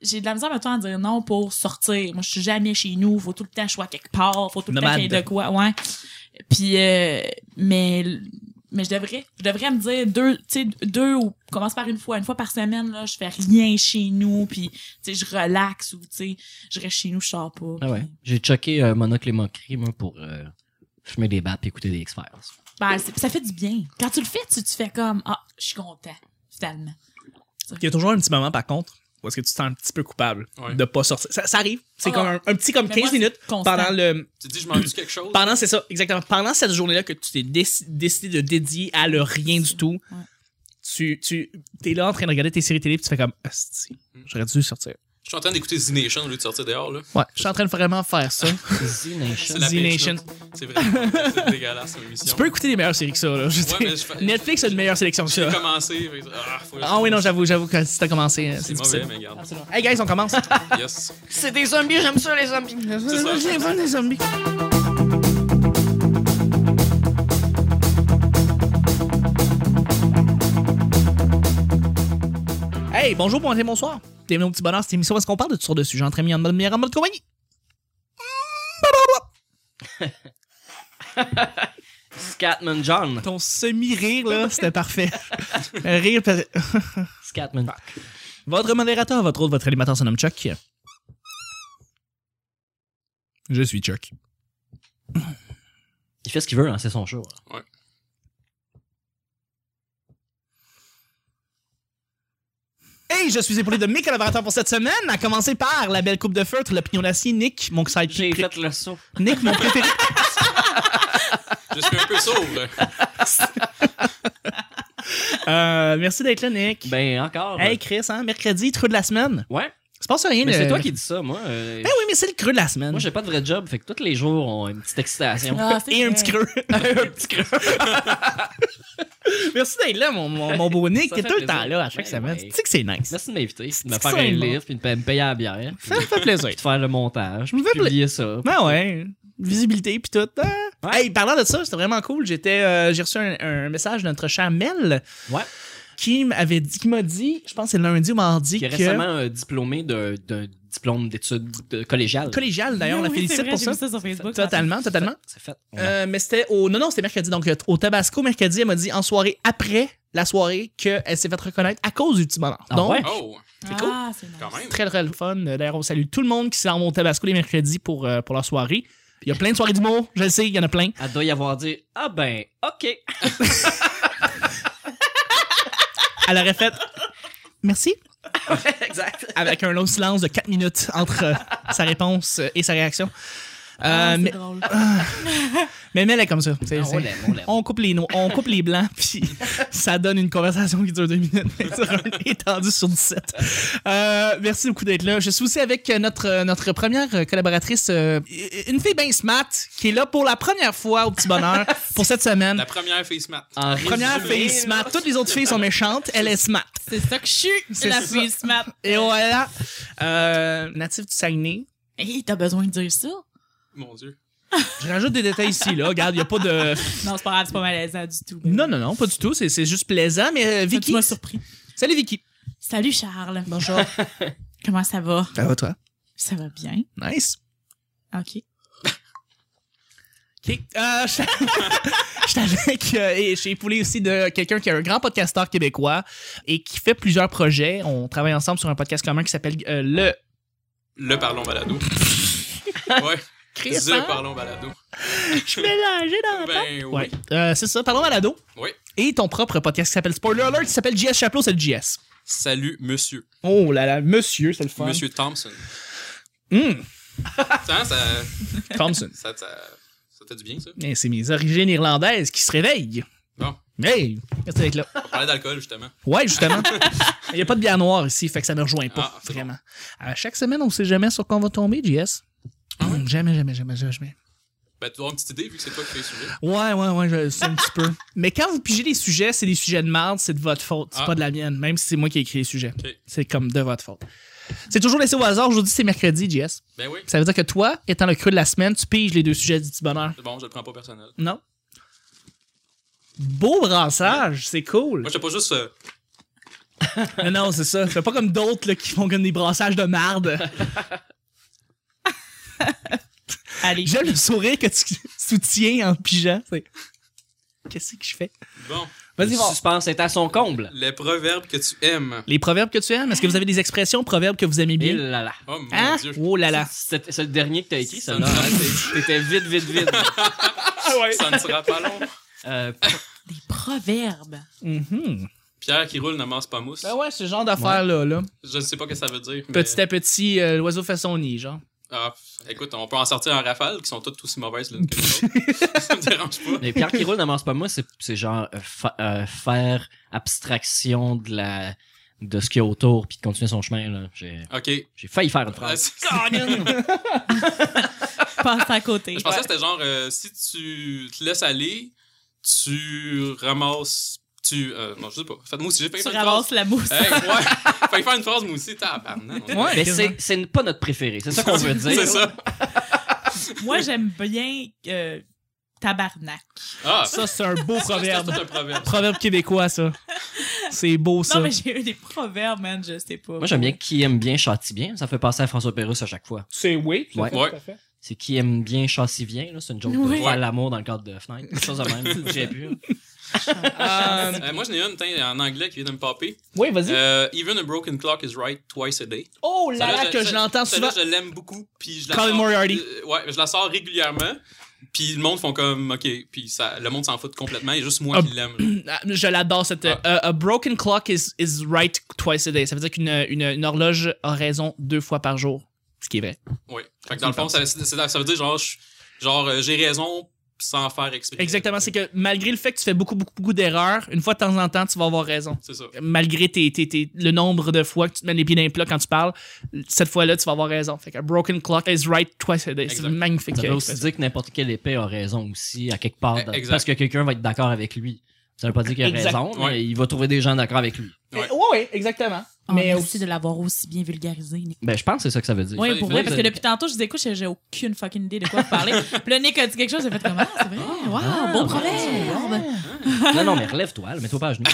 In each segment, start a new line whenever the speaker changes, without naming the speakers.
j'ai de la misère maintenant à dire non pour sortir. Moi, je suis jamais chez nous. Faut tout le temps que je sois quelque part. Faut tout le temps qu'il y ait de
Nomade.
quoi. Ouais. Puis, euh, mais, mais je devrais, je devrais me dire deux, tu sais, deux ou commence par une fois, une fois par semaine, là, je fais rien chez nous. Puis, tu sais, je relaxe ou, tu sais, je reste chez nous, je sors pas.
Ah ouais.
Puis,
J'ai choqué euh, Monocle et Moquerie, moi, pour euh, fumer des battes et écouter des X-Files.
ben, c'est- ça fait du bien. Quand tu le fais, tu, tu fais comme, ah, je suis content, finalement.
Il y a toujours un petit moment, par contre, où est-ce que tu te sens un petit peu coupable
Ouais.
de pas sortir. Ça, ça arrive. C'est
Ah.
comme un, un petit comme
Mais
15
moi, c'est
minutes
constant.
pendant le.
Tu dis, je m'en dis quelque chose.
Pendant, c'est ça, exactement. Pendant cette journée-là que tu t'es déci- décidé de dédier à le rien du tout,
Ouais.
tu, tu es là en train de regarder tes séries télé puis tu fais comme Asti,
Mm.
j'aurais dû sortir.
Je suis en train d'écouter Z Nation au lieu de sortir dehors, là.
Ouais, je suis en train de vraiment faire ça.
Z Nation.
C'est la
Z
pêche,
Nation.
là. C'est vraiment c'est dégueulasse, comme émission.
tu peux écouter des meilleures séries que ça, là. Je veux
Ouais,
dire,
mais je fais-
Netflix a une meilleure sélection que
J'ai
ça.
commencé. fait que- Ah, faut-
Ah oui, non, j'avoue, j'avoue, que si t'as commencé, euh, c'est
C'est mauvais,
difficile. Ah,
mais regarde.
Hey guys, on commence.
Yes.
C'est des zombies, j'aime ça, les zombies.
ça.
J'aime ça, les zombies. Hey, bonjour, bon matin, bonsoir. Bienvenue au petit bonheur, cette émission où est-ce qu'on parle de toutes sortes de sujets entre amis, en mode meilleur, en mode compagnie.
Scatman John.
Ton semi-rire, là, c'était parfait. Rire, parce-
Scatman.
Votre modérateur, votre autre, votre animateur se nomme Chuck. Je suis Chuck.
Il fait ce qu'il veut, hein, c'est son show. hein.
Hey, je suis épaulé de mes collaborateurs pour cette semaine, à commencer par la belle coupe de feutre, l'opinion d'acier, Nick, mon
J'ai
sidekick.
fait le saut.
Nick, mon préféré.
Je suis un peu sauve.
Euh, merci d'être là, Nick.
Ben, encore.
hey, Chris, hein, mercredi, creux de la semaine.
Ouais.
C'est pas rien,
Mais
le-
c'est toi qui dis ça, moi. euh,
Ben oui, mais c'est le creux de la semaine.
Moi, j'ai pas de vrai job, fait que tous les jours ont une petite excitation.
Ah, c'est
Et un
vrai.
petit creux.
un petit creux.
merci d'être là, mon, mon, mon beau Nick.
Ça
T'es
fait
tout le
plaisir.
temps là à chaque
Ben
semaine.
ouais.
Tu sais que c'est nice.
Merci de m'inviter, de me
C'est
faire
ça,
un
moi.
livre, puis de me payer la bière, puis
Ça me fait plaisir.
de faire le montage,
Ça me
puis
fait pla-
publier ça.
Ben ouais. Visibilité puis tout. hein.
Ouais.
Hey, parlant de ça, c'était vraiment cool. J'étais, euh, j'ai reçu un, un message de notre cher Mel
Ouais.
qui m'avait dit, qui m'a dit, je pense que c'est lundi ou mardi,
Qui est
que-
récemment euh, diplômé d'un d'un diplôme d'études euh, collégiales.
collégial d'ailleurs,
Ah
on la
Oui, c'est
félicite
vrai,
pour
j'ai
ça.
vu sur Facebook.
Totalement, totalement.
C'est fait.
Euh, mais c'était au. Non, non, c'était mercredi. Donc, euh, au Tabasco, mercredi, elle m'a dit en soirée après la soirée qu'elle s'est fait reconnaître à cause du petit bonheur.
Ah
Donc,
ouais?
Oh,
C'est cool.
Ah, c'est nice.
quand même.
très, très le fun. Euh, D'ailleurs, on salue tout le monde qui s'est au Tabasco les mercredis pour, euh, pour leur soirée. Il y a plein de soirées d'humour, je le sais, il y en a plein.
Elle doit y avoir dit Ah ben, OK.
Elle aurait fait merci
exact.
avec un long silence de 4 minutes entre euh, sa réponse et sa réaction. Euh,
Ah, c'est
mais,
drôle.
mais Mel est comme ça. C'est-
Ah,
c'est-
on l'aime, on l'aime.
on coupe les no- on coupe les blancs, puis ça donne une conversation qui dure deux minutes sur un étendu sur 17. Euh, merci beaucoup d'être là. Je suis aussi avec euh, notre, euh, notre première euh, collaboratrice, euh, une fille bien smart, qui est là pour la première fois au petit bonheur pour cette semaine.
La première face mat.
En
Première
résumé,
fille smart. Toutes les autres filles sont méchantes. Elle est smart.
C'est ça que je suis.
C'est
C'est la
ça.
fille smart.
Et voilà. Euh, natif du Saguenay.
Hey, t'as besoin de dire ça?
Mon Dieu.
Je rajoute des détails ici, là. Regarde, il n'y a pas de.
Non, c'est pas grave, c'est pas malaisant du tout.
Non, non, non, pas du tout. C'est c'est juste plaisant. Mais euh,
Ça, Tu
Vicky.
m'as surpris.
Salut, Vicky.
Salut Charles.
Bonjour.
Comment ça va?
Ça va, toi?
Ça va bien.
Nice.
OK.
OK. Euh, je je suis avec, euh, et je suis épaulé aussi de quelqu'un qui est un grand podcasteur québécois et qui fait plusieurs projets. On travaille ensemble sur un podcast commun qui s'appelle euh, Le
Le parlons balado. ouais. Le parlons balado.
hein? Je suis mélangé dans
Ben oui.
Ouais. Euh, c'est ça. Pardon, Malado.
Oui.
Et ton propre podcast qui s'appelle Spoiler Alert, qui s'appelle JS Chaplot, c'est le JS.
Salut, monsieur.
Oh là là, monsieur, c'est le fun.
Monsieur Thompson.
Hum,
Ça, ça,
Thompson.
ça, ça, ça fait du bien, ça.
Eh, c'est mes origines irlandaises qui se réveillent.
Bon,
Hey, merci d'être là.
on parlait d'alcool, justement.
Ouais, justement. Il n'y a pas de bière noire ici, fait que ça me rejoint pas,
Ah, c'est
vraiment. À chaque semaine, on sait jamais sur quoi on va tomber, JS.
Ah
Hum, Jamais, jamais, jamais, jamais.
Ben, tu dois avoir une petite idée, vu que c'est toi qui fais le sujet.
Ouais, ouais, ouais, je le sais un petit peu. Mais quand vous pigez des sujets, c'est des sujets de merde, c'est de votre faute. C'est
Ah.
pas de la mienne, même si c'est moi qui ai écrit les sujets.
Ok.
C'est comme de votre faute. C'est toujours laissé au hasard. Aujourd'hui, c'est mercredi, JS.
Ben oui.
Ça veut dire que toi, étant le creux de la semaine, tu piges les deux sujets du petit bonheur.
C'est bon, je le prends pas personnel.
Non? Beau brassage, c'est cool.
Moi, j'étais pas juste. euh,
Non, non, c'est ça. Fais pas comme d'autres là, qui font comme des brassages de marde.
Allez.
J'aime le sourire que tu soutiens en pigeant. C'est- Qu'est-ce que je fais?
Bon,
Vas-y,
Le
voir.
suspense est à son comble.
les proverbes que tu aimes.
Les proverbes que tu aimes, est-ce que vous avez des expressions, proverbes que vous aimez
Et
bien?
là là.
Oh mon
Hein?
dieu.
Oh là là.
C'est c'est le dernier que t'as écrit,
Ça
ça. là,
me
hein.
rappelle.
T'étais vite, vite, vite.
Ça ne sera pas long.
Euh,
Des proverbes.
Mhm.
Pierre qui roule ne masse pas mousse.
Ben ouais, ce genre d'affaires-là. Là.
Je ne sais pas ce que ça veut dire. mais-
Petit à petit, euh, l'oiseau fait son nid, genre.
Ah, pff, écoute, on peut en sortir en rafale qui sont toutes aussi mauvaises l'une que l'autre. ça me dérange pas.
mais Pierre qui roule n'amorce pas moi, c'est c'est genre euh, fa- euh, faire abstraction de la de ce qu'il y a autour puis de continuer son chemin là. J'ai
Ok.
j'ai failli faire une
Ah,
phrase.
c'est- je
Passe à côté.
pensais que c'était genre euh, si tu te laisses aller, tu ramasses. Tu. euh, non, je sais pas. Faites-moi aussi, j'ai failli
Tu
faire une phrase.
ramasses la mousse.
Hey, ouais. Failli faire une phrase, moi aussi, tabarnak.
Mais
quasiment.
c'est c'est pas notre préféré, c'est ça qu'on veut dire.
C'est ça.
Moi, j'aime bien euh, tabarnak.
Ah,
Ça, c'est un beau
c'est tout
proverbe.
un proverbe.
proverbe québécois, ça. C'est beau, ça.
Non, mais j'ai eu des proverbes, man, je sais pas.
Moi j'aime bien qui aime bien châtie bien, ça fait penser à François Pérusse à chaque fois.
C'est oui.
tout à Ouais. fait,
tout à
C'est qui aime bien châtie bien là, c'est une joke
Oui.
de faire l'amour dans le cadre de Fnac, quelque chose de même. J'ai pu.
Euh, moi, j'en ai une tiens, en anglais qui vient de me popper.
oui, vas-y.
Euh, Even a broken clock is right twice a day.
oh là
Celle-là,
là, que je l'entends souvent.
celle-là, je l'aime beaucoup. Puis je la
Colin
sors-
Moriarty.
euh, ouais, je la sors régulièrement. Puis le monde font comme, OK. Puis ça, le monde s'en fout complètement. Et juste moi
Ah.
qui l'aime.
Ah, Je l'adore cette.
Ah.
euh, a broken clock is, is right twice a day. Ça veut dire qu'une une, une horloge a raison deux fois par jour. Ce qui est vrai.
Oui. Fait que dans le fond, ça, c'est- ça veut dire genre, je- genre euh, j'ai raison sans faire exprès.
Exactement. C'est que malgré le fait que tu fais beaucoup, beaucoup, beaucoup d'erreurs, une fois de temps en temps, tu vas avoir raison.
C'est ça.
Malgré tes, tes- tes- le nombre de fois que tu te mets les pieds dans les plats quand tu parles, cette fois-là, tu vas avoir raison. Fait que a broken clock is right twice a day. C'est
Exact.
magnifique.
Ça veut
euh,
aussi dire que n'importe quelle épée a raison aussi, à quelque part.
Eh, exact.
Parce que quelqu'un va être d'accord avec lui. Ça veut pas dire qu'il a
Exact.
raison, mais
Ouais.
il va trouver des gens d'accord avec lui.
Ouais.
Ouais, ouais, exactement.
Oh,
mais
merci
aussi-
de l'avoir aussi bien vulgarisé, Nick.
Ben, je pense que c'est ça que ça veut dire.
Oui, pour vrai,
fallait-
parce que depuis tantôt, je disais quoi, j'ai aucune fucking idée de quoi vous parlez. Puis là, Nick a dit quelque chose, j'ai fait comme Ah, c'est vrai. Wow,
ah,
bon
ouais.
proverbe. Ah,
Non, non, mais relève-toi, là, mets-toi pas à genoux.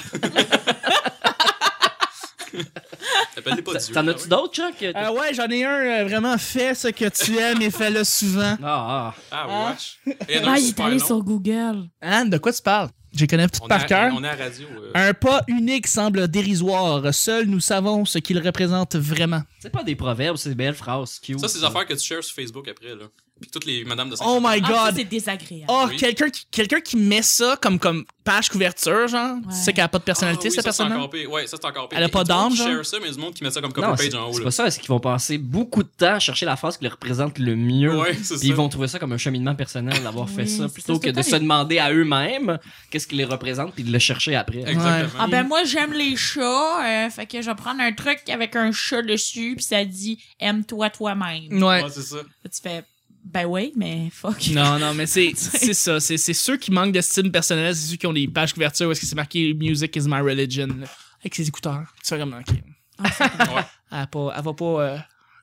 T'appelles pas Dieu.
T'en
ah
as-tu
oui.
d'autres, Chuck?
Euh, ouais, j'en ai un euh, vraiment fais ce que tu aimes et fais-le souvent.
Ah, ah.
Ah, wesh. Et non,
Ah, il est
super
allé
long.
sur Google.
Hein, de quoi tu parles? Je les connais toutes
On est
par
à-
cœur.
On est à la radio. euh,
Un pas unique semble dérisoire. Seuls nous savons ce qu'il représente vraiment.
C'est pas des proverbes, c'est des belles phrases cute.
Ça, c'est des affaires que tu shares sur Facebook après, là. Puis toutes les madames de
Oh my
Ah, ça,
god!
c'est désagréable.
Oh,
Oui.
quelqu'un qui, quelqu'un qui met ça comme, comme page couverture, genre.
Ouais.
Tu sais qu'elle a pas de personnalité,
Ah oui,
cette
ça, c'est
personne-là?
encore pire. Ouais, ça, c'est encore pire.
Elle a
Et
pas hein?
du monde
d'âme,
qui
genre?
share ça, mais du monde qui met ça comme
Non,
cover
c'est
page en haut,
c'est
là.
pas ça, c'est qu'ils vont passer beaucoup de temps à chercher la phrase qui leur présente le mieux.
Ouais, c'est ça.
Puis ils vont trouver ça comme un cheminement personnel d'avoir fait
Oui,
ça
c'est ça,
plutôt
c'est
que
tout
de
le temps
se
les-
demander à eux-mêmes qu'est-ce qui les représente puis de le chercher après.
Exactement.
Ah ben moi j'aime les chats, euh, fait que je vais prendre un truc avec un chat dessus puis ça dit aime-toi toi-même.
Ouais.
Ouais, c'est ça.
Tu fais ben oui mais fuck.
Non, non, mais c'est, c'est ça. C'est, c'est ceux qui manquent d'estime personnelle, c'est ceux qui ont des pages couverture où est-ce que c'est marqué Music is my religion. là. Avec ses écouteurs. Tu fais comme OK.
Ah,
Ouais.
Elle, a pas- elle va pas. euh,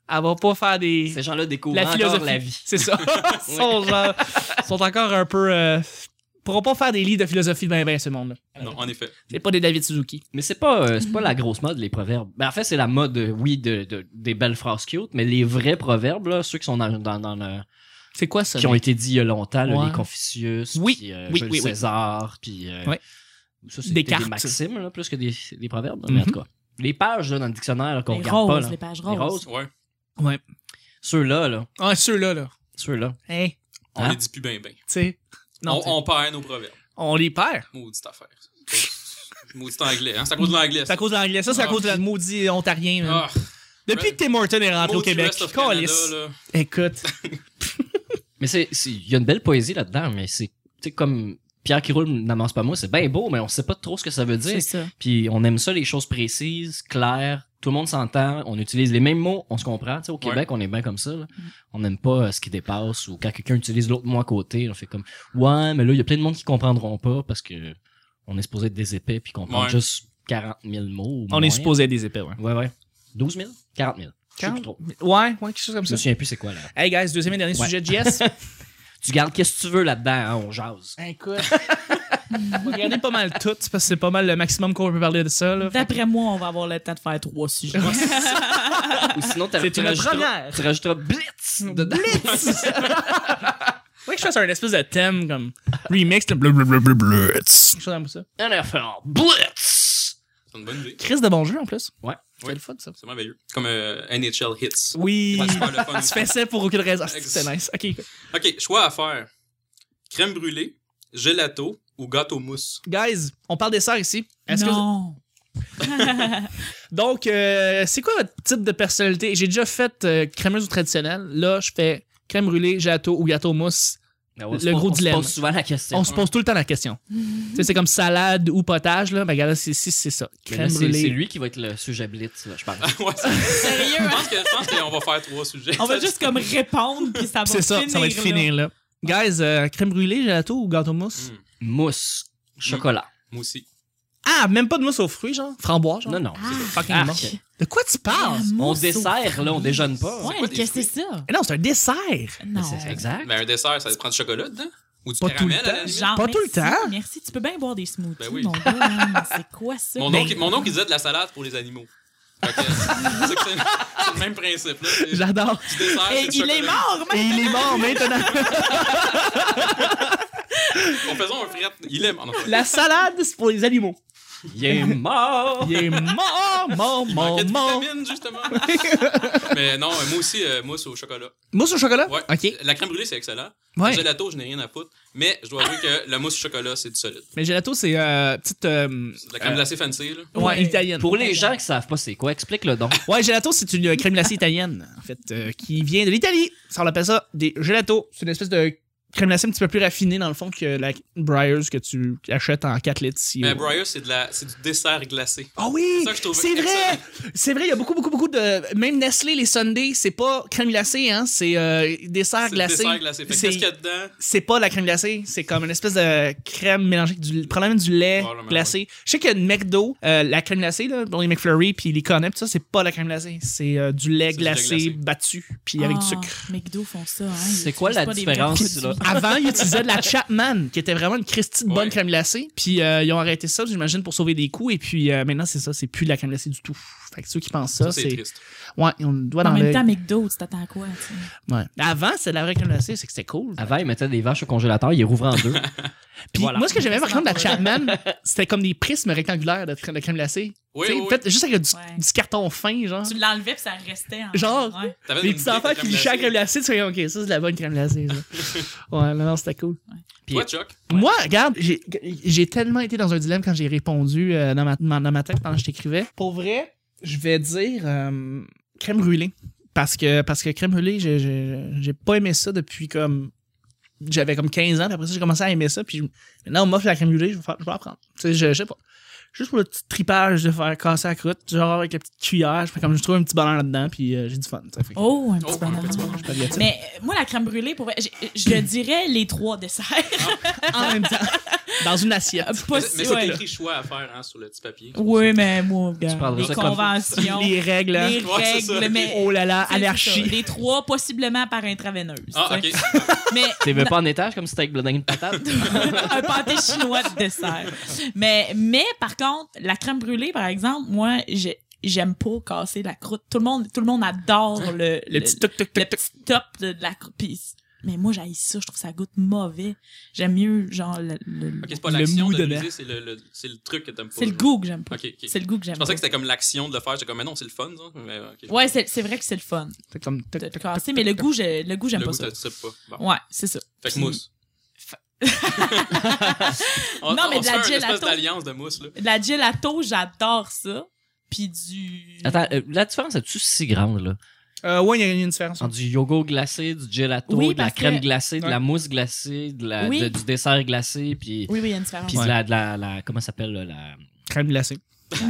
elle va pas faire des.
Ces gens-là découvrent
la philosophie.
encore la vie.
C'est ça. Ils sont, genre- ils sont encore un peu. euh, pourront pas faire des livres de philosophie ben ben ce monde-là.
Non, en effet.
C'est pas des David Suzuki.
Mais c'est pas, euh, c'est
Mhm.
pas la grosse mode, les proverbes. Ben, en fait, c'est la mode, euh, oui, de, de- des belles phrases cute, mais les vrais proverbes, là, ceux qui sont dans, dans- dans le-
C'est quoi ça? ben?
qui ont été dits il y a longtemps, là,
Ouais.
les Confucius,
Oui,
puis, euh,
oui,
Jules
oui, oui.
César, puis euh,
Ouais.
ça, c'était des,
Descartes.
maximes, là, plus que des, des proverbes. Mais en
Mhm.
tout cas, les pages là, dans le dictionnaire là, qu'on
les
regarde
roses,
pas, là,
les pages
les
roses.
roses,
Ouais.
Ouais.
ceux-là, là,
Ah, ceux-là, là.
ceux-là.
Hein? Tu
On
Hein?
les dit plus ben ben.
sais. Non,
on, on perd nos proverbes.
on les perd.
Maudite affaire. Maudite anglais, hein? C'est à cause de l'anglais.
C'est à cause de l'anglais. Ça, c'est à
Ah.
cause de la maudit ontarien. man.
Ah,
Depuis que Tim Morton est rentré au
maudit
Québec.
rest of
calisse.
Canada, là.
Écoute.
Mais c'est, c'est- il y a une belle poésie là-dedans, mais c'est, tu sais, comme Pierre qui roule n'amance pas moi, c'est bien beau, mais on sait pas trop ce que ça veut dire.
C'est ça.
Puis on aime ça, les choses précises, claires. Tout le monde s'entend. On utilise les mêmes mots. On se comprend. Tu sais, au Québec, on est bien comme ça. là.
Mm.
On n'aime pas euh, ce qui dépasse ou quand quelqu'un utilise l'autre mot à côté, on fait comme ouais, mais là, il y a plein de monde qui comprendront pas parce que on est supposé être des épais puis qu'on prend
Ouais.
juste 40 000 mots. ou
On
moins.
est supposé être des épées, ouais.
Ouais, ouais. 12 000? 40 000. Je sais plus trop.
Ouais, ouais, quelque chose comme
Je me
ça.
souviens plus c'est quoi là.
Hey, guys, deuxième et dernier
Ouais.
sujet de JS.
Tu gardes qu'est-ce que tu veux là-dedans, hein, on jase.
Écoute. Regardez pas mal tout, parce que c'est pas mal le maximum qu'on peut parler de ça. Là.
D'après moi, on va avoir le temps de faire trois sujets.
Ou sinon, t'as-
Ah, C'est
tu
une
rajouteras,
première. Mm.
tu rajouteras Blitz dedans.
Faudrait que je fasse un espèce de thème comme remix, le blablablablablitz. Quelque chose comme ça.
NFL Blitz!
C'est une bonne idée.
Chris de bon jeu en plus.
Ouais.
C'est le fun ça.
C'est merveilleux. Comme euh, NHL Hits.
Oui.
C'est super le fun.
Tu fais ça pour aucune raison. Ah, C'est nice. Ok.
Ok, choix à faire. Crème brûlée, gelato ou gâteau mousse.
Guys, on parle dessert ici. Est-ce que vous-
non.
Donc, euh, c'est quoi votre type de personnalité? J'ai déjà fait euh, crémeuse ou traditionnelle. Là, je fais crème brûlée, gâteau ou gâteau mousse.
Ben ouais,
Le
c'est pas-
gros dilemme.
On se pose souvent la question.
On se pose tout le temps la question. Tu sais, c'est comme salade ou potage. Là, ben, regarde, là, c'est, c'est, c'est ça.
Mais là,
Crème
C'est c'est
brûlée.
lui qui va être le sujet Blitz, là, je parle.
Ouais, c'est-
Sérieux,
je
hein?
pense que- je pense qu'on va faire trois sujets.
On va juste comme répondre, puis ça va
C'est ça,
finir,
ça va être
là.
fini. Là. Guys, euh, crème brûlée, gâteau ou gâteau mousse?
Mm.
Mousse, chocolat.
Moi aussi.
Ah, même pas de mousse aux fruits, genre? Framboise, genre?
Non, non.
Ah,
c'est-
Fucking
Ah,
bon.
ok.
De quoi tu parles?
On
mousse
dessert, là, on déjeune pas.
Ouais,
quoi
qu'est-ce que
des
c'est ça?
Eh Non, c'est un dessert.
Non.
C'est- c'est Exact.
Mais un dessert, ça prend du chocolat dedans? Ou du
Pas tout le
caramel à la
temps.
limite?
Genre,
Pas tout le
merci,
temps.
Merci, tu peux bien boire des smoothies,
Ben oui.
mon gars. hein, C'est quoi ça?
Mon oncle, mon oncle, il disait de la salade pour les animaux. Fait que, c'est que c'est- c'est le même principe. Là. C'est-
J'adore.
Du dessert,
Et
c'est du
Eh, il est
chocolat.
mort,
Et
mais...
il est mort maintenant.
On faisait un fret. Il est mort. Non,
La salade, c'est pour les animaux.
Il est mort!
Il est mort, mort,
il
mort,
manquait de
mort.
vitamines, justement. Mais non, euh, moi aussi, euh, mousse au chocolat.
Mousse au chocolat?
Ouais.
OK.
La crème brûlée, c'est excellent.
Ouais.
Le gelato, je n'ai rien à foutre. Mais je dois avouer que la mousse au chocolat, c'est du solide.
Mais gelato, c'est euh, petite. euh,
C'est de la crème
Euh,
glacée fancy. Là.
ouais,
Ouais.
italienne.
Pour les gens qui savent pas c'est quoi, explique-le donc.
Ouais, gelato, c'est une euh, crème glacée italienne, en fait, euh, qui vient de l'Italie. Ça, on appelle ça des gelato. C'est une espèce de crème glacée un petit peu plus raffinée, dans le fond, que la Briars que tu achètes en 4 litres ici.
Mais
au-
Briar, c'est de la- c'est du dessert glacé.
Ah oui!
Ben, C'est ça que je trouvais
C'est vrai! C'est vrai, il y a beaucoup, beaucoup, beaucoup de. Même Nestlé, les Sundays, c'est pas crème glacée, hein? C'est euh, dessert
C'est du
glacé.
dessert glacé. Fait que
C'est-
Qu'est-ce qu'il y a dedans?
C'est pas la crème glacée, c'est comme une espèce de crème mélangée avec du, probablement du lait
Probablement,
glacé. Je sais qu'il y a une McDo, euh, la crème glacée, là, bon, les McFlurry, puis les Connets, tout ça, c'est pas la crème glacée. C'est euh, du lait
C'est du lait
glacé,
glacé.
battu, puis avec du
Ah,
sucre.
McDo font ça, hein.
C'est
Ils
quoi
utilisent
la
pas des
différence,
vrais produits.
là?
Avant, ils utilisaient de la Chapman, qui était vraiment une Christie de bonne
Ouais.
crème glacée. Puis euh, ils ont arrêté ça, j'imagine, pour sauver des coûts. Et puis euh, maintenant, c'est ça, c'est plus de la crème glacée du tout. Fait que ceux qui pensent ça,
Ça, c'est
c'est.
triste.
Ouais, on le doit
En
dans
même
le.
temps, McDo, tu t'attends à quoi? tu sais?
Ouais. Avant, c'est de la vraie crème glacée, c'est que c'était cool.
Avant, ils mettaient des vaches au congélateur, ils les rouvraient en deux.
Puis
Voilà.
moi, ce que j'aimais par contre de la
Exactement.
Chapman, c'était comme des prismes rectangulaires de, crème- de crème glacée.
Oui,
T'sais,
oui, oui.
fait juste avec du,
Ouais.
du carton fin, genre.
Tu l'enlevais, puis ça restait. en-
Genre,
Ouais.
T'avais
Les
une
petits
brique de
enfants qui
crème
lichaient la
glacée.
crème glacée, tu fais, OK, ça, c'est de la bonne crème glacée, ça. ouais, non, non, c'était cool.
Toi, Chuck,
Moi, regarde, j'ai- j'ai tellement été dans un dilemme quand j'ai répondu euh, dans, ma, ma- dans ma tête pendant que je t'écrivais. Pour vrai, je vais dire euh, crème brûlée. Parce que, parce que crème brûlée, j'ai- j'ai j'ai pas aimé ça depuis comme. J'avais comme 15 ans, puis après ça, j'ai commencé à aimer ça. Puis je- maintenant, on m'offre la crème brûlée, je vais, faire- je vais la prendre. Tu sais, je, je sais pas. Juste pour le petit tripage de faire casser la croûte, genre avec la petite cuillère, je fais comme je trouve un petit bonheur là-dedans, puis euh, j'ai du fun. tu sais. Fait que-
Oh, un
Oh,
petit
un
bonheur.
petit bonheur.
palliatif.
Mais euh, moi, la crème brûlée, pour vrai, j'ai- je le dirais les trois desserts.
en même temps, dans une assiette.
Ah, Pas
mais
si-
c'est
ouais.
écrit choix à faire hein, sur le petit papier.
Oui, mais moi,
Tu
regarde,
parleras
les
ça comme-
conventions, les,
Les règles. hein.
Ouais, c'est ça.
règles, mais...
Oh là là,
c'est ça,
anarchie.
Les trois, possiblement par intraveineuse.
Ah,
tu
ok.
sais. Mais
T'es même pas en étage comme si t'étais avec le dingue de patate.
un pâté chinois de dessert. Mais, mais par contre, la crème brûlée, par exemple, moi, j'ai- j'aime pas casser la croûte. Tout le monde, tout le monde adore le,
Le petit toc toc
le
toc toc.
petit top de, de la croûte. Puis- Mais moi, j'aille ça, je trouve ça goûte mauvais. J'aime mieux, genre, le, le-
Ok, c'est pas
Le
l'action
mou
de
dedans.
briser, c'est le, le- c'est le truc que t'aimes pas.
c'est le
genre.
goût que j'aime pas.
Ok, ok.
C'est le goût que j'aime
Je
pas.
pensais que c'était comme l'action de le faire. J'étais comme, mais non, c'est le fun, ça. Mais, ok.
Ouais, c'est c'est vrai que c'est le fun
C'est comme toc,
de
toc,
le
toc,
casser,
toc,
mais le
toc,
goût, j'ai- le goût, j'aime
le
pas
goût,
ça.
t'as- tu sais pas. Bon.
Ouais, c'est ça.
Fait que mousse. On-
Non, mais
on
de
se
la
fait une espèce
gelato.
d'alliance de mousse, là.
La gelato, j'adore ça. Puis du...
Attends, euh, la différence est-tu si grande, là?
toc. Euh, ouais, il y a une différence.
Entre du yogourt glacé, du gelato,
Oui,
de la
parce
crème
que-
glacée, de
Ouais.
la mousse glacée, de la,
Oui.
de- du dessert glacé, puis...
Oui, oui, il y a une différence.
Puis de la, de la, la- comment ça s'appelle, là, la...
Crème glacée.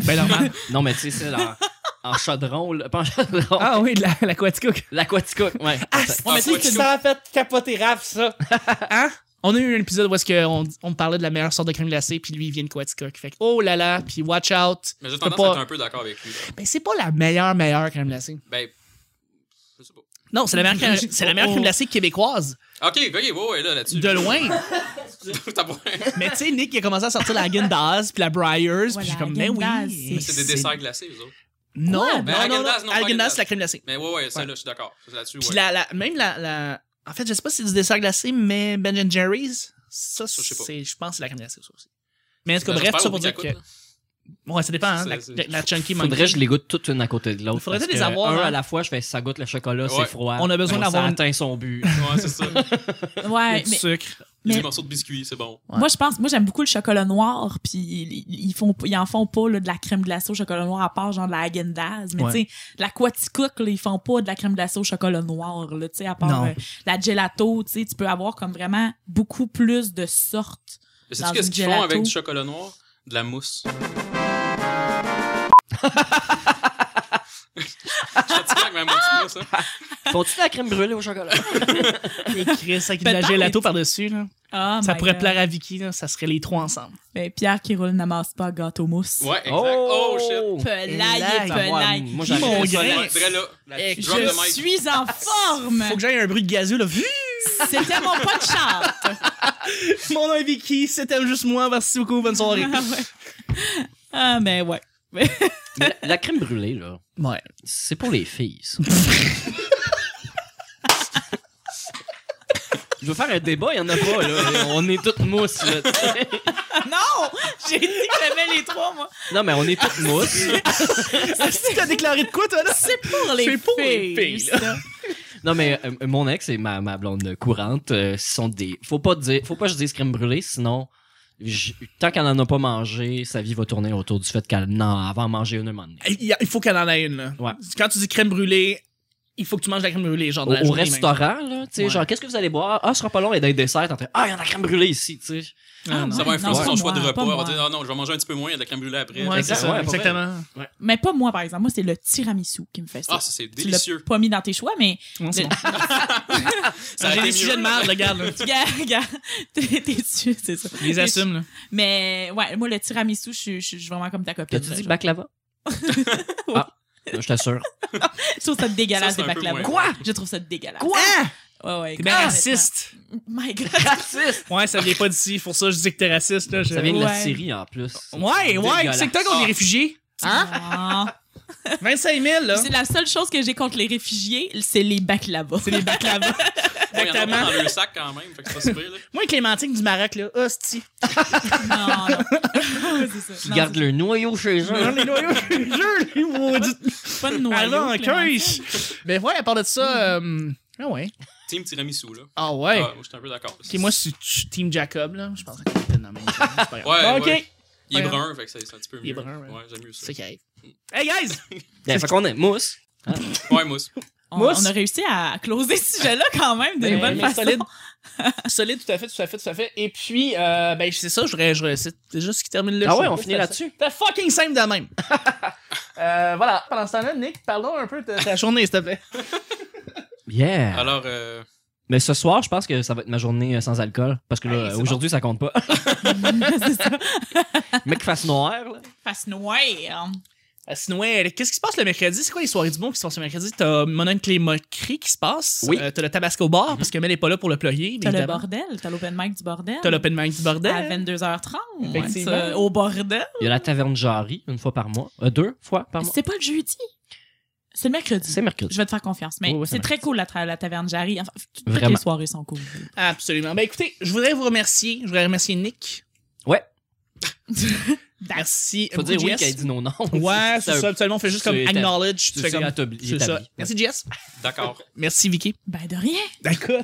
ben normal.
Non, mais tu sais, c'est en, en chaudron, là, pas en chaudron,
ah oui, de la, la Quaticook.
l'aquatica, ouais.
Ah,
mais tu sais, tu
a fait capoter Raph, ça. hein? On a eu un épisode où est-ce que on, on parlait de la meilleure sorte de crème glacée, puis lui, il vient de Quaticook. Fait que, oh là là, puis watch out.
Mais j'ai
Faut
tendance
pas-
à être un peu d'accord avec lui. là.
Ben, c'est pas la meilleure, meilleure crème glacée.
Ben, Je sais pas.
Non, c'est la meilleure, crème- c'est la meilleure crème glacée québécoise.
Ok, ok, ouais, ouais, là, là-dessus.
De loin.
T'as pas-
Mais tu sais, Nick, il a commencé à sortir la Gendaz puis la Briars.
Ouais,
puis je suis
la
comme, mais
Häagen-Dazs,
oui.
c'est-
C'est des desserts glacés, eux autres.
Non,
Quoi?
non, non, non.
Ben, Häagen-Dazs, non, pas
Häagen-Dazs,
Häagen-Dazs.
c'est la crème glacée.
Mais ouais, ouais, ça,
Ouais.
là, je suis d'accord. Là-dessus,
Puis
ouais.
la, la- même la, la- En fait, je sais pas si c'est du dessert glacé, mais Ben Jerry's, ça,
Ça, je sais pas.
c'est, je pense que c'est la crème glacée, ça aussi. Mais en tout cas,
Ben,
bref,
j'espère
tout ça
au
pour
prix
dire
que
que.
ça coûte,
Ouais, ça dépend, hein.
C'est-
La,
c'est-
la Chunky Monkey.
Faudrait que je les goûte toutes une à côté de l'autre.
Faudrait
parce
les
que
avoir,
Un
hein.
à la fois, je fais ça goûte le chocolat,
Ouais.
c'est froid.
On a besoin
Ça
d'avoir une-
atteint son but.
là. Ouais, c'est ça.
Il y a
Ouais,
du
mais
sucre.
Des
Mais-
morceaux de biscuits, c'est bon.
Ouais.
moi je pense moi j'aime beaucoup le chocolat noir puis ils- ils ils font ils en font pas là, de la crème glacée au chocolat noir à part genre de la Häagen-Dazs mais
Ouais.
tu sais la Quaticook là, ils font pas de la crème glacée au chocolat noir là tu sais à part
Non.
euh, la gelato tu sais tu peux avoir comme vraiment beaucoup plus de sortes
Mais
Dans
sais-tu qu'est-ce
une
qu'ils font avec
gelato.
du chocolat noir? De la mousse. Je suis fatigué avec ma mousse, mousse, hein.
Font-tu de la crème brûlée au chocolat?
Écrire ça avec de la
Peut-être.
gelato par-dessus, là.
Ah,
ça
my
pourrait
God.
plaire à Vicky, là. Ça serait les trois ensemble.
Ben, Pierre qui roule n'amasse pas gâteau mousse
Ouais, exact. Oh, shit.
Pelaille
Pelaille,
et
Ça, moi,
pelaille.
moi,
Puis
j'arrête.
mon
Je
grain.
m'arrêterai là.
Là-dessus.
Drop the
je
mic.
suis en forme
Faut que j'aille un bruit de gazou, là.
c'était mon pas de char
Mon nom est Vicky, c'était juste moi. Merci beaucoup, bonne soirée.
ah, ouais. Ah, mais ouais
Mais la- La crème brûlée, là,
Ouais.
c'est pour les filles, ça. Je veux faire un débat, il y en a pas, là. On est toutes mousses, là. tu sais.
non j'ai dit que j'aimais les trois moi
Non, mais on est toutes mousses.
Tu t'as déclaré de quoi, toi, là?
C'est pour les
C'est
filles.
pour les filles, là.
ça.
Non, mais euh, mon ex et ma, ma blonde courante euh, sont des. Faut pas, dire, faut pas que je dise crème brûlée, sinon, je- tant qu'elle en a pas mangé, sa vie va tourner autour du fait qu'elle en avant manger une un moment donné.
Il y a- il faut qu'elle en ait une, là.
Ouais.
Quand tu dis crème brûlée, il faut que tu manges de la crème brûlée, genre de la
Au, au
journée même.
restaurant, là, tu sais,
Ouais.
genre, qu'est-ce que vous allez boire? Ah, ce sera pas long, et d'un dessert, t'es en train, ah, il y en a crème brûlée ici, tu sais.
Ah, non.
Ça va
Ouais,
influencer
non,
son
pas
choix de
moi,
repas.
pas
On va
moi.
dire, ah non, je vais manger un petit peu moins, il y a de la crème brûlée après.
Ouais, c'est
Exact-
ça,
ouais, pour
exactement.
Mais pas moi, par exemple. Moi, c'est le tiramisu qui me fait ça.
Ah, ça, c'est
tu l'as
délicieux.
pas mis dans tes choix, mais
Ouais, c'est
Le-
bon.
Ça a
J'ai
été
des sujets
mieux.
de merde, regarde. là.
regarde, regarde, t'es t'es dessus, c'est ça.
Les assume, là.
Mais ouais, moi, le tiramisu, je suis- je suis je suis vraiment comme ta copine.
T'as-tu
là,
dit
genre.
baklava? Ah, je t'assure.
Je trouve ça dégueulasse,
Ça, c'est
des
un peu
baklava.
moins.
Quoi? Je trouve ça dégueulasse. Ouais, ouais. complètement.
T'es bien Eh ben, raciste.
My God.
Raciste!
Ouais, ça vient pas d'ici. Pour ça, je dis que t'es raciste, là. je-
Ça vient de la
Ouais.
Syrie, en plus.
Ouais, ouais.
Dégueulasse.
C'est que toi qu'on est
Ah.
réfugiés.
Ah.
25 000, là.
C'est la seule chose que j'ai contre les réfugiés, c'est les baklava.
C'est les baklava.
Ouais, il y en a
Exactement.
pas dans le sac quand même. Fait que c'est pas si pire, là.
Moi, Clémentine du Maroc, là. Hostie.
Non, non. c'est ça.
Ils
Non,
gardent le noyau chez
Non,
eux.
les noyaux, je les maudits.
c'est pas de
Elle
noyau.
en
Clémentine.
cueille. Mais ouais, à part de ça, euh, ah ouais.
Team tiramisu, là.
Ah ouais.
Ah, moi, je suis un peu d'accord.
Ok, moi, je suis- je suis Team Jacob, là. Je pense que c'est dans le même. C'est pas grave.
Ouais,
Bon, ok.
ouais. Il est
Ouais.
brun, fait que c'est c'est un petit peu mieux.
Il est brun, ouais.
Ouais, j'aime mieux ça.
C'est carré. Hey, guys!
Ben, Fait qu'on est mousse.
Ouais, mousse.
On,
Mousse.
on a réussi à closer ce sujet-là quand même
Mais-
d'une bonne
mais
façon.
solide. solide, tout à fait, tout à fait, tout à fait. Et puis, euh, ben, c'est ça, je voudrais, je voudrais- c'est juste ce qui termine le
Ah
show.
ouais, on
C'est
finit
ça.
là-dessus.
C'était fucking simple de même. Euh, voilà, pendant ce temps-là, Nick, parlons un peu de ta journée, s'il te plaît.
Yeah!
Alors, euh,
Mais ce soir, je pense que ça va être ma journée euh, sans alcool. Parce que
Hey,
là, euh,
c'est
aujourd'hui, ça compte pas.
c'est ça.
Mec, fasse noir, là.
Face noire.
Euh, Sinon, ouais, qu'est-ce qui se passe le mercredi? C'est quoi les soirées du bon qui se passent le mercredi? T'as Monocle Moquerie qui se passe.
Oui.
Euh, t'as le Tabasco Bar, parce que Mel est pas là pour le plugger.
T'as le
évidemment.
bordel. T'as l'open mic du bordel.
T'as l'open mic du
À
bordel.
22h30.
hein. Effectivement.
ça, Oh, au bordel.
Il y a la taverne Jarry, une fois par mois. Euh, deux fois par mois.
C'est pas le jeudi. C'est le mercredi.
C'est mercredi.
Je vais te faire confiance. Mais
Oui, oui, c'est
c'est très cool, la, tra- la taverne Jarry. Enfin, toutes
Vraiment.
les soirées sont cool.
Absolument. Ben, écoutez, je voudrais vous remercier. Je voudrais remercier Nick.
Ouais.
Merci.
Faut dire
beaucoup,
oui
Jess.
qu'elle dit non, non.
Ouais, c'est ça. Absolument, on fait juste comme
c'est-
acknowledge. Tu
Tu
fais
sais,
comme.
t'obli-
C'est ça.
t'obli.
Merci, Jess.
d'accord.
Merci, Vicky.
Ben, de rien.
D'accord.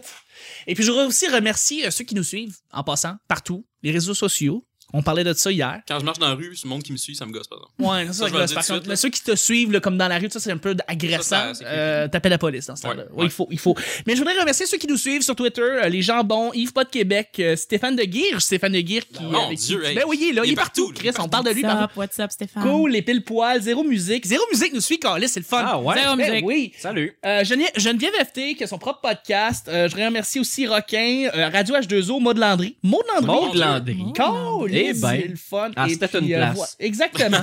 Et puis, je voudrais aussi remercier euh, ceux qui nous suivent, en passant, partout, les réseaux sociaux. On parlait de ça hier.
Quand je marche dans la rue, c'est le monde qui me suit, ça me gosse, par exemple.
Ouais, ça,
Ça, je
je
vais le
gosse, par
dire tout de
contre.
suite,
Mais
là.
ceux qui te suivent, là, comme dans la rue, ça, c'est un peu
Ça,
agressant.
ça, c'est
Euh, T'appelles la police dans ce
Ouais,
temps-là.
ouais.
il faut, il faut. Mais je voudrais remercier ceux qui nous suivent sur Twitter, euh, les gens bons, Yves Pas de Québec, euh, Stéphane de Guire, Stéphane de Guire qui.
Mon
avec qui-
Dieu, hey.
Ben oui, il est là, il est partout,
là, il
Chris,
est
on parle de lui
What's
partout.
up, what's up, Stéphane?
Cool, les pile poil, zéro musique. Zéro musique nous suit, Carlis, c'est le fun.
Ah ouais?
Zéro
Ben
musique.
oui.
Salut.
Euh, Geneviève- Geneviève FT, qui a son propre podcast. Euh, je remercie aussi Roquin, euh, Radio H2O, Maud Landry. Maud Landry.
Maud
Dieu.
Landry.
Maud.
Cool!
Eh
rapide,
ben.
c'est le fun.
Ah,
et
c'était
puis, euh,
une place.
Exactement.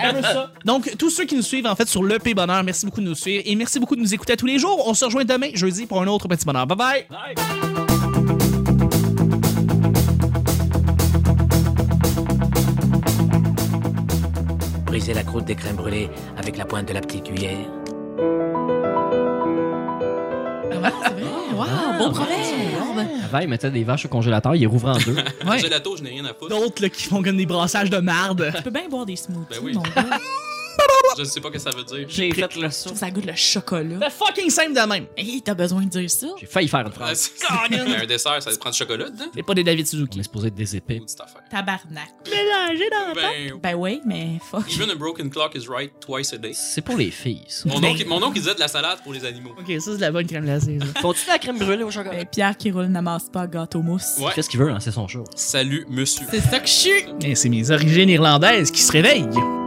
Elle veut ça. Donc, tous ceux qui nous suivent, en fait, sur l'EP Bonheur, merci beaucoup de nous suivre et merci beaucoup de nous écouter à tous les jours. On se rejoint demain, jeudi, pour un autre petit bonheur. Bye bye!
Brisez la croûte des crèmes brûlées avec la pointe de la petite cuillère.
Vraiment, c'est vrai.
Ah.
Wow, bon proverbe.
Avant, ils mettaient des vaches au congélateur, ils les rouvraient en deux.
Ouais.
Gelato, je n'ai rien à foutre.
D'autres là, qui font comme des brassages de marde.
Tu peux bien boire des smoothies,
Ben oui.
mon gars.
Je ne sais pas ce que ça veut dire.
J'ai fait le
Je
saut.
trouve ça goûte le chocolat.
C'est fucking simple de même.
Hey, t'as besoin de dire ça?
J'ai failli faire une
Euh,
phrase.
Mais Ben, un dessert, ça prend du chocolat dedans?
C'est pas des David
On
Suzuki.
est supposé être des épées.
Ou cette affaire?
Tabarnak.
Ben,
Ben oui, mais fuck.
even a broken clock is right twice a day.
C'est pour les filles, ça.
Mon oncle, mon oncle, il disait de la salade pour les animaux.
Ok, ça, c'est de la bonne crème glacée. ça.
Faut-tu de la crème brûlée au chocolat?
Ben, Pierre qui roule n'amasse pas gâteau mousse.
Ouais.
Qu'est-ce qu'il veut, hein? C'est son show.
Salut, monsieur.
Eh,
C'est ça que je suis.
Mais c'est mes origines irlandaises qui se réveillent.